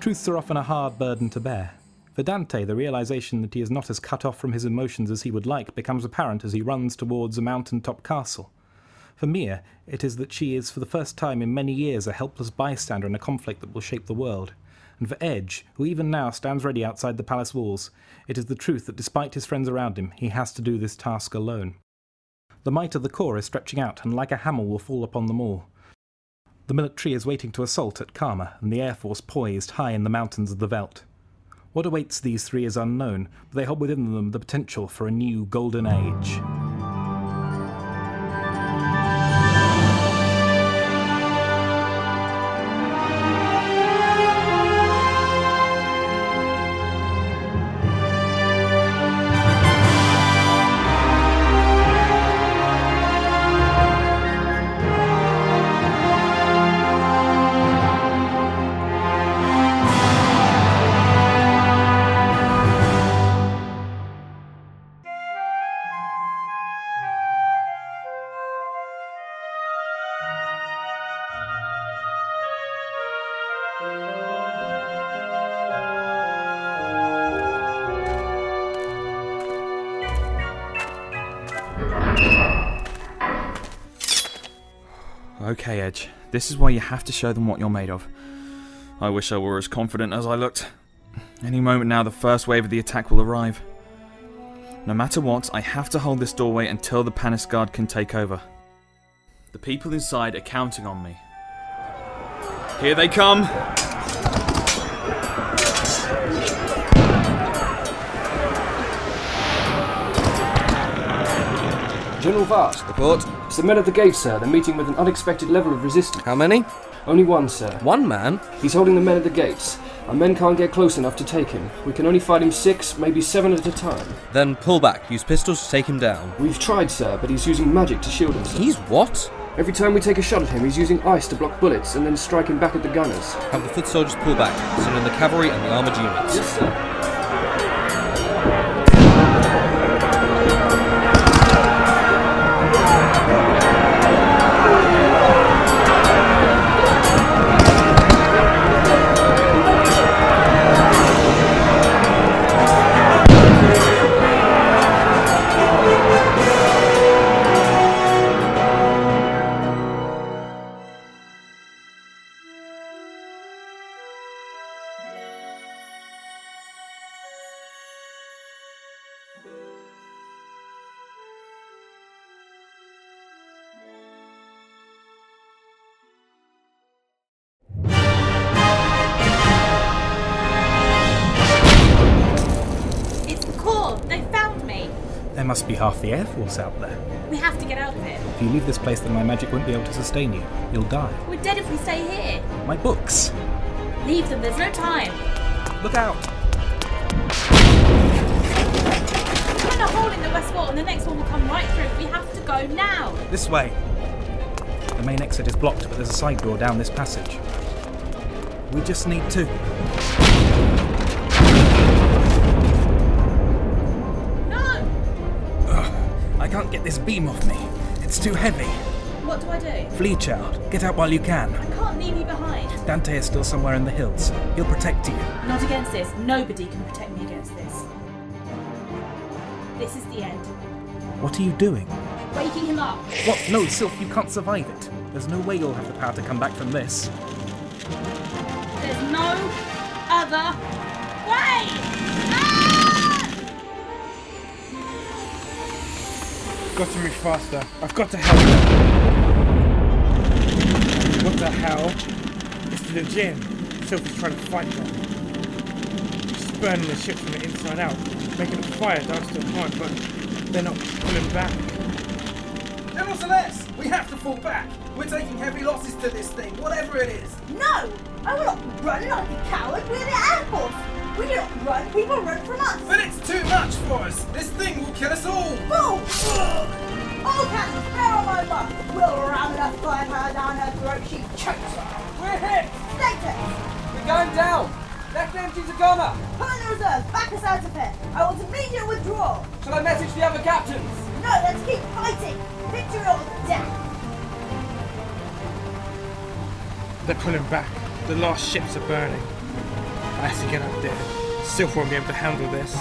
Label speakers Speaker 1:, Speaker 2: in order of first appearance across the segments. Speaker 1: Truths are often a hard burden to bear. For Dante, the realization that he is not as cut off from his emotions as he would like becomes apparent as he runs towards a mountaintop castle. For Mia, it is that she is, for the first time in many years, a helpless bystander in a conflict that will shape the world. And for Edge, who even now stands ready outside the palace walls, it is the truth that despite his friends around him, he has to do this task alone. The might of the corps is stretching out, and like a hammer will fall upon them all. The military is waiting to assault at Kama, and the air force poised high in the mountains of the veldt. What awaits these three is unknown, but they hold within them the potential for a new golden age.
Speaker 2: Okay, Edge. This is where you have to show them what you're made of. I wish I were as confident as I looked. Any moment now, the first wave of the attack will arrive. No matter what, I have to hold this doorway until the Panis Guard can take over. The people inside are counting on me. Here they come!
Speaker 3: General Vast,
Speaker 4: Report.
Speaker 3: submit at the gate, sir. They're meeting with an unexpected level of resistance.
Speaker 4: How many?
Speaker 3: Only one, sir.
Speaker 4: One man?
Speaker 3: He's holding the men at the gates. Our men can't get close enough to take him. We can only fight him six, maybe seven at a time.
Speaker 4: Then pull back. Use pistols to take him down.
Speaker 3: We've tried, sir, but he's using magic to shield himself.
Speaker 4: He's what?
Speaker 3: Every time we take a shot at him, he's using ice to block bullets and then striking back at the gunners.
Speaker 4: Have the foot soldiers pull back. Send in the cavalry and the armoured units.
Speaker 3: Yes, sir.
Speaker 5: It's the core! They found me!
Speaker 1: There must be half the air force out there.
Speaker 5: We have to get out of here.
Speaker 1: If you leave this place, then my magic won't be able to sustain you. You'll die.
Speaker 5: We're dead if we stay here.
Speaker 1: My books!
Speaker 5: Leave them, there's no time.
Speaker 1: Look out!
Speaker 5: Find a hole in the west wall and the next one will come right through. We have to go now.
Speaker 1: This way! The main exit is blocked, but there's a side door down this passage. We just need to.
Speaker 5: No!
Speaker 1: I can't get this beam off me. It's too heavy.
Speaker 5: What do I do?
Speaker 1: Flee, child. Get out while you can.
Speaker 5: I can't leave you behind.
Speaker 1: Dante is still somewhere in the hills. He'll protect you.
Speaker 5: Not against this. Nobody can protect me against this. This is the end.
Speaker 1: What are you doing?
Speaker 5: Waking him up.
Speaker 1: What? No, Sylph, you can't survive it. There's no way you'll have the power to come back from this.
Speaker 5: There's no other way! Ah!
Speaker 6: Got to move faster. I've got to help them. What the hell? It's the gym. Sophie's trying to fight them. burning the ship from the inside out, making a fire dance to a point, but they're not pulling back.
Speaker 7: Nevertheless, we have to fall back. We're taking heavy losses to this thing, whatever it is.
Speaker 8: No! I will not run like a coward. We're the Air Force. We do not run. People run from us.
Speaker 7: But it's too much for us. This thing will kill us all.
Speaker 8: Boom! All cannons barrel over. We'll ram enough firepower down her throat she chokes.
Speaker 7: We're hit.
Speaker 8: Status!
Speaker 7: We're going down. Left engines are gone up.
Speaker 8: Pull in the reserves. Back us out of here. I want immediate withdrawal.
Speaker 7: Shall I message the other captains?
Speaker 8: No, let's keep fighting. Victory or death.
Speaker 6: They're pulling back. The last ships are burning. I have to get up there. Sylph won't be able to handle this.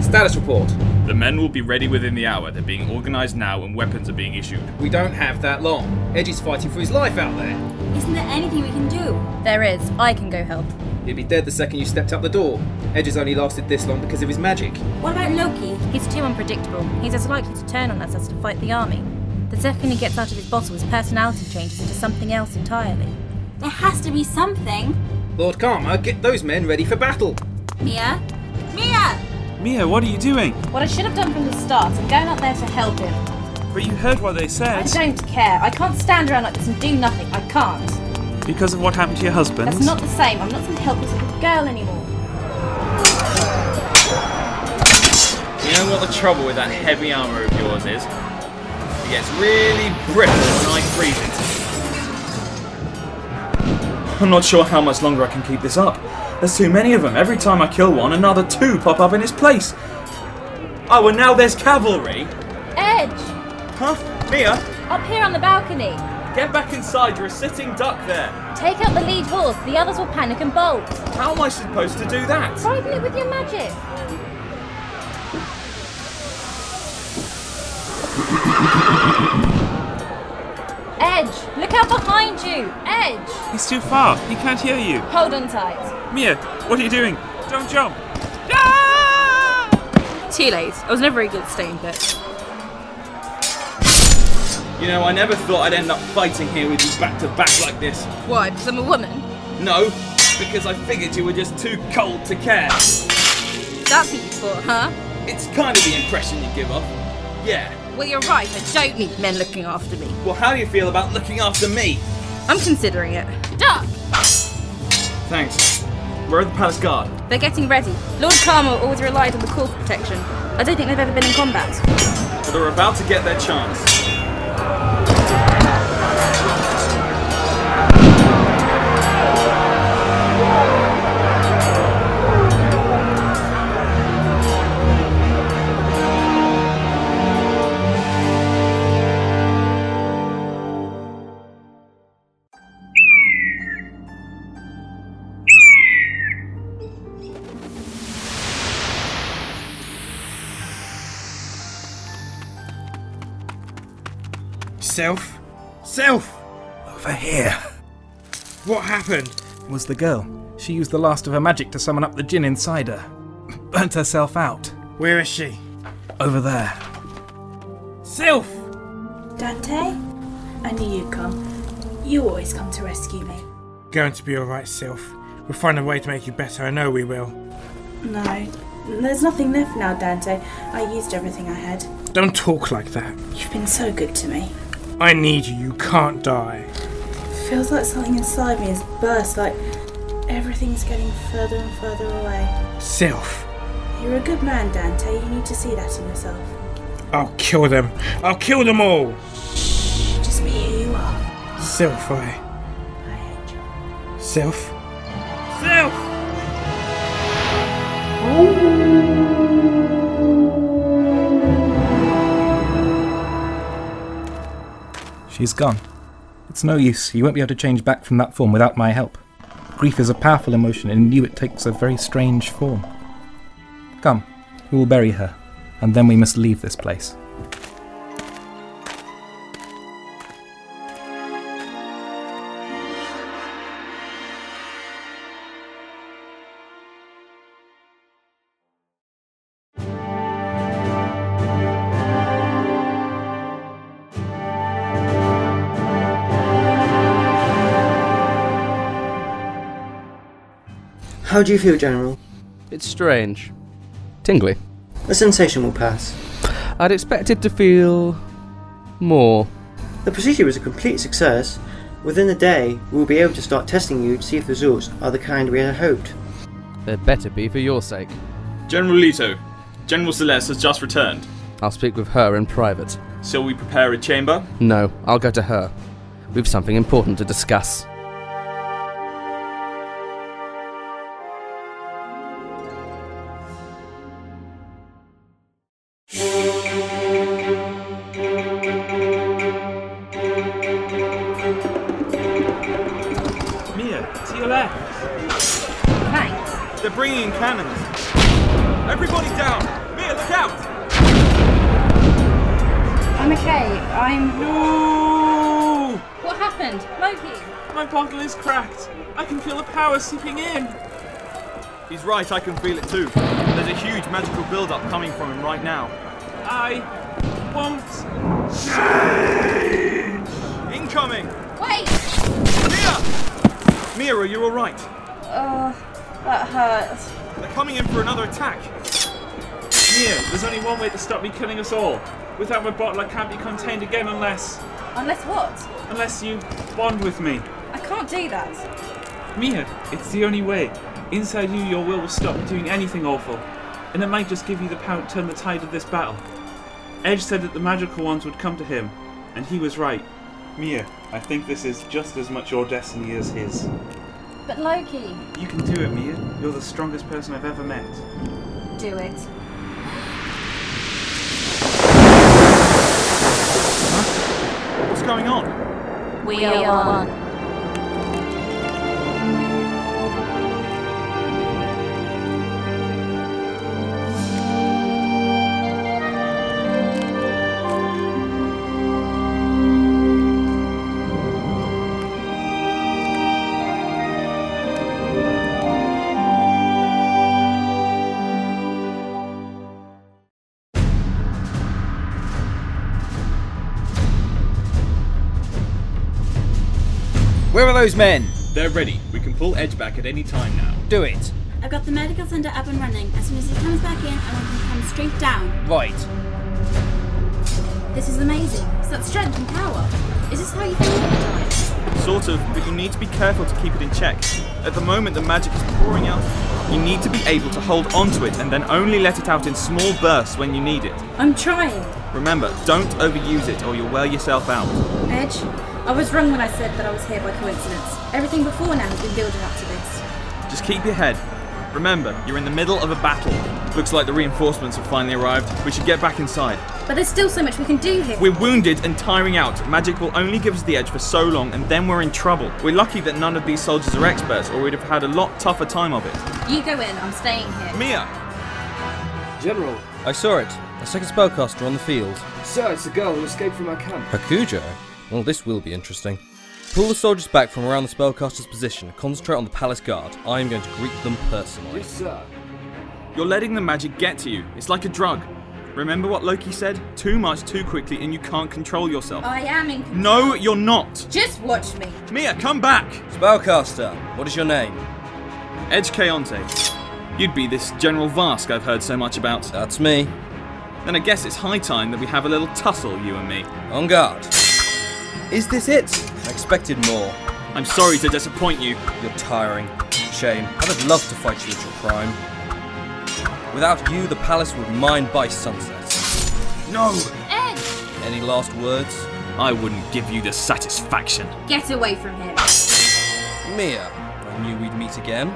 Speaker 3: Status report.
Speaker 2: The men will be ready within the hour. They're being organised now and weapons are being issued.
Speaker 3: We don't have that long. Edgy's fighting for his life out there.
Speaker 9: Isn't there anything we can do? There is. I can go help.
Speaker 3: He'd be dead the second you stepped out the door. Edgy's only lasted this long because of his magic.
Speaker 9: What about Loki? He's too unpredictable. He's as likely to turn on us as to fight the army. The second he gets out of his bottle, his personality changes into something else entirely.
Speaker 5: There has to be something.
Speaker 3: Lord Karma, get those men ready for battle.
Speaker 5: Mia? Mia!
Speaker 10: Mia, what are you doing?
Speaker 11: What I should have done from the start, I'm going up there to help him.
Speaker 10: But you heard what they said.
Speaker 11: I don't care. I can't stand around like this and do nothing. I can't.
Speaker 10: Because of what happened to your husband.
Speaker 11: That's not the same. I'm not some helpless little girl anymore.
Speaker 2: You know what the trouble with that heavy armour of yours is? It gets really brittle when I freeze it. I'm not sure how much longer I can keep this up. There's too many of them. Every time I kill one, another two pop up in his place. Oh, and now there's cavalry.
Speaker 9: Edge!
Speaker 2: Huh? Mia,
Speaker 9: Up here on the balcony!
Speaker 2: get back inside. You're a sitting duck there.
Speaker 9: Take out the lead horse. The others will panic and bolt.
Speaker 2: How am I supposed to do that?
Speaker 9: Frighten it with your magic. Edge! Look out behind you! Edge!
Speaker 10: He's too far. He can't hear you.
Speaker 9: Hold on tight.
Speaker 10: Mia, what are you doing? Don't jump.
Speaker 9: Too late. I was never a good stone but
Speaker 2: You know, I never thought I'd end up fighting here with you back to back like this.
Speaker 9: Why? Because I'm a woman.
Speaker 2: No, because I figured you were just too cold to care.
Speaker 9: That's what you thought, huh?
Speaker 2: It's kind of the impression you give off. Yeah.
Speaker 9: Well, you're right. I don't need men looking after me.
Speaker 2: Well, how do you feel about looking after me?
Speaker 9: I'm considering it.
Speaker 11: Duck!
Speaker 2: Thanks. We're at the Palace Guard.
Speaker 9: They're getting ready. Lord Karma always relied on the call for protection. I don't think they've ever been in combat.
Speaker 2: but They're about to get their chance.
Speaker 6: Self? Self!
Speaker 1: Over here
Speaker 6: What happened?
Speaker 1: was the girl. She used the last of her magic to summon up the gin inside her. Burnt herself out.
Speaker 6: Where is she?
Speaker 1: Over there.
Speaker 6: Self!
Speaker 5: Dante? I knew you'd come. You always come to rescue me.
Speaker 6: Going to be alright, Self. We'll find a way to make you better, I know we will.
Speaker 5: No. There's nothing left now, Dante. I used everything I had.
Speaker 6: Don't talk like that.
Speaker 5: You've been so good to me.
Speaker 6: I need you, you can't die.
Speaker 5: Feels like something inside me has burst, like everything's getting further and further away.
Speaker 6: Self.
Speaker 5: You're a good man, Dante. You need to see that in yourself.
Speaker 6: I'll kill them. I'll kill them all!
Speaker 5: Just be who you are.
Speaker 6: Self, I.
Speaker 5: I hate you.
Speaker 6: Self? Self!
Speaker 1: She's gone. It's no use. You won't be able to change back from that form without my help. Grief is a powerful emotion, and in you it takes a very strange form. Come, we will bury her, and then we must leave this place.
Speaker 12: How do you feel, General?
Speaker 13: It's strange. Tingly.
Speaker 12: The sensation will pass.
Speaker 13: I'd expected to feel. more.
Speaker 12: The procedure was a complete success. Within a day, we'll be able to start testing you to see if the results are the kind we had hoped.
Speaker 13: There better be for your sake.
Speaker 2: General Leto, General Celeste has just returned.
Speaker 13: I'll speak with her in private.
Speaker 2: Shall we prepare a chamber?
Speaker 13: No, I'll go to her. We've something important to discuss.
Speaker 14: Mia, to your left.
Speaker 2: Thanks. They're bringing in cannons. Everybody down! Mia, look out!
Speaker 5: I'm okay. I'm.
Speaker 14: No!
Speaker 5: What happened? Loki?
Speaker 14: My bottle is cracked. I can feel the power seeping in.
Speaker 2: He's right, I can feel it too. There's a huge magical build-up coming from him right now.
Speaker 14: I won't.
Speaker 2: Incoming!
Speaker 5: Wait!
Speaker 2: Mira, you're alright.
Speaker 15: Oh, that hurts.
Speaker 2: They're coming in for another attack.
Speaker 14: Mia, there's only one way to stop me killing us all. Without my bottle, I can't be contained again unless.
Speaker 5: Unless what?
Speaker 14: unless you bond with me.
Speaker 5: I can't do that.
Speaker 14: Mia, it's the only way. Inside you, your will will stop you doing anything awful, and it might just give you the power to turn the tide of this battle. Edge said that the magical ones would come to him, and he was right. Mia, I think this is just as much your destiny as his.
Speaker 5: But Loki,
Speaker 14: You can do it, Mia. You're the strongest person I've ever met.
Speaker 5: do it.
Speaker 2: What's going on?
Speaker 5: We, are one.
Speaker 16: Where are those men?
Speaker 2: They're ready. We can pull Edge back at any time now.
Speaker 16: Do it.
Speaker 17: I've got the medical centre up and running. As soon as he comes back in, I want him to come straight down.
Speaker 16: Right.
Speaker 17: This is amazing. It's that strength and power. Is this how you feel all the time?
Speaker 2: Sort of, but you need to be careful to keep it in check. At the moment, the magic is pouring out. You need to be able to hold onto it and then only let it out in small bursts when you need it.
Speaker 5: I'm trying.
Speaker 2: Remember, don't overuse it or you'll wear yourself out.
Speaker 5: Edge, I was wrong when I said that I was here by coincidence. Everything before now has been building up to this.
Speaker 2: Just keep your head. Remember, you're in the middle of a battle. Looks like the reinforcements have finally arrived. We should get back inside.
Speaker 5: But there's still so much we can do here.
Speaker 2: We're wounded and tiring out. Magic will only give us the edge for so long, and then we're in trouble. We're lucky that none of these soldiers are experts, or we'd have had a lot tougher time of it.
Speaker 5: You go in, I'm staying here.
Speaker 2: Mia!
Speaker 3: General,
Speaker 4: I saw it. A second spellcaster on the field.
Speaker 3: sir, it's the girl who escaped from our camp.
Speaker 4: Hakujo? Well, this will be interesting. Pull the soldiers back from around the spellcaster's position. Concentrate on the palace guard. I am going to greet them personally.
Speaker 2: You're letting the magic get to you. It's like a drug. Remember what Loki said? Too much too quickly, and you can't control
Speaker 9: Oh,
Speaker 2: yourself.
Speaker 5: I am in control.
Speaker 2: No, you're not.
Speaker 5: Just watch me.
Speaker 2: Mia, come back!
Speaker 4: Spellcaster, what is your name?
Speaker 2: Edge Keontae. You'd be this General Vask I've heard so much about.
Speaker 4: That's me.
Speaker 2: Then I guess it's high time that we have a little tussle, you and me.
Speaker 4: On guard. Is this it? I expected more.
Speaker 2: I'm sorry to disappoint you.
Speaker 4: You're tiring. Shame. I'd have loved to fight you at your prime. Without you, the palace would mine by sunset.
Speaker 2: No!
Speaker 5: Edge,
Speaker 4: Any last words?
Speaker 2: I wouldn't give you the satisfaction.
Speaker 5: get away from here.
Speaker 4: Mia, I knew we'd meet again.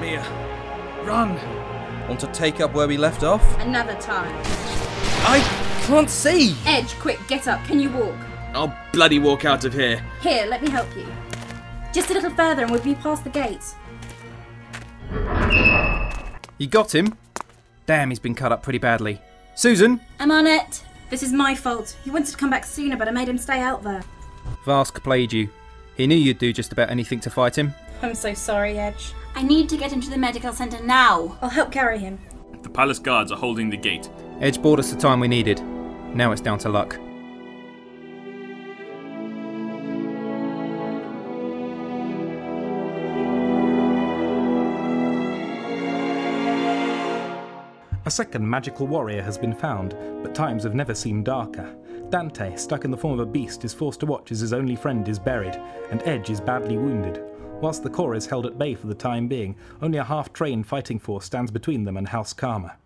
Speaker 2: Mia, run!
Speaker 4: Want to take up where we left off?
Speaker 5: Another time.
Speaker 4: I can't see!
Speaker 5: Edge, quick, get up. Can you walk?
Speaker 2: I'll bloody walk out of here.
Speaker 5: Here, let me help you. Just a little further and we'll be past the gate.
Speaker 16: You got him? Damn, he's been cut up pretty badly. Susan?
Speaker 17: I'm on it. This is my fault. He wanted to come back sooner, but I made him stay out there.
Speaker 16: Vask played you. He knew you'd do just about anything to fight him.
Speaker 17: I'm so sorry, Edge. I need to get him to the medical centre now.
Speaker 5: I'll help carry him.
Speaker 2: The palace guards are holding the gate.
Speaker 16: Edge bought us the time we needed. Now it's down to luck.
Speaker 1: A second magical warrior has been found, but times have never seemed darker. Dante, stuck in the form of a beast, is forced to watch as his only friend is buried, and Edge is badly wounded. Whilst the core is held at bay for the time being, only a half trained fighting force stands between them and House Karma.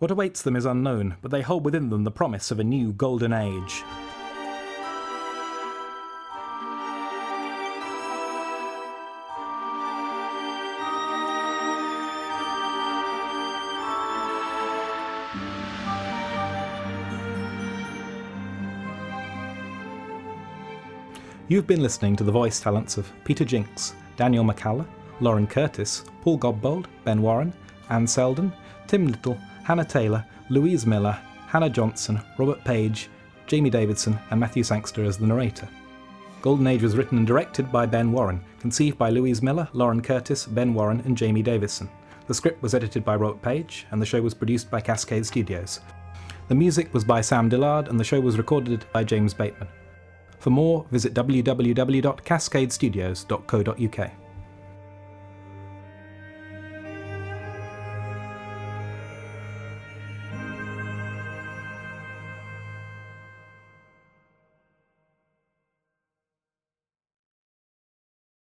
Speaker 1: What awaits them is unknown, but they hold within them the promise of a new golden age. You've been listening to the voice talents of Peter Jinks, Daniel McCalla, Lauren Curtis, Paul Godbold, Ben Warren, Anne Selden, Tim Little, Hannah Taylor, Louise Miller, Hannah Johnson, Robert Page, Jamie Davidson, and Matthew Sangster as the narrator. Golden Age was written and directed by Ben Warren, conceived by Louise Miller, Lauren Curtis, Ben Warren, and Jamie Davidson. The script was edited by Robert Page, and the show was produced by Cascade Studios. The music was by Sam Dillard, and the show was recorded by James Bateman. For more, visit www.cascadestudios.co.uk.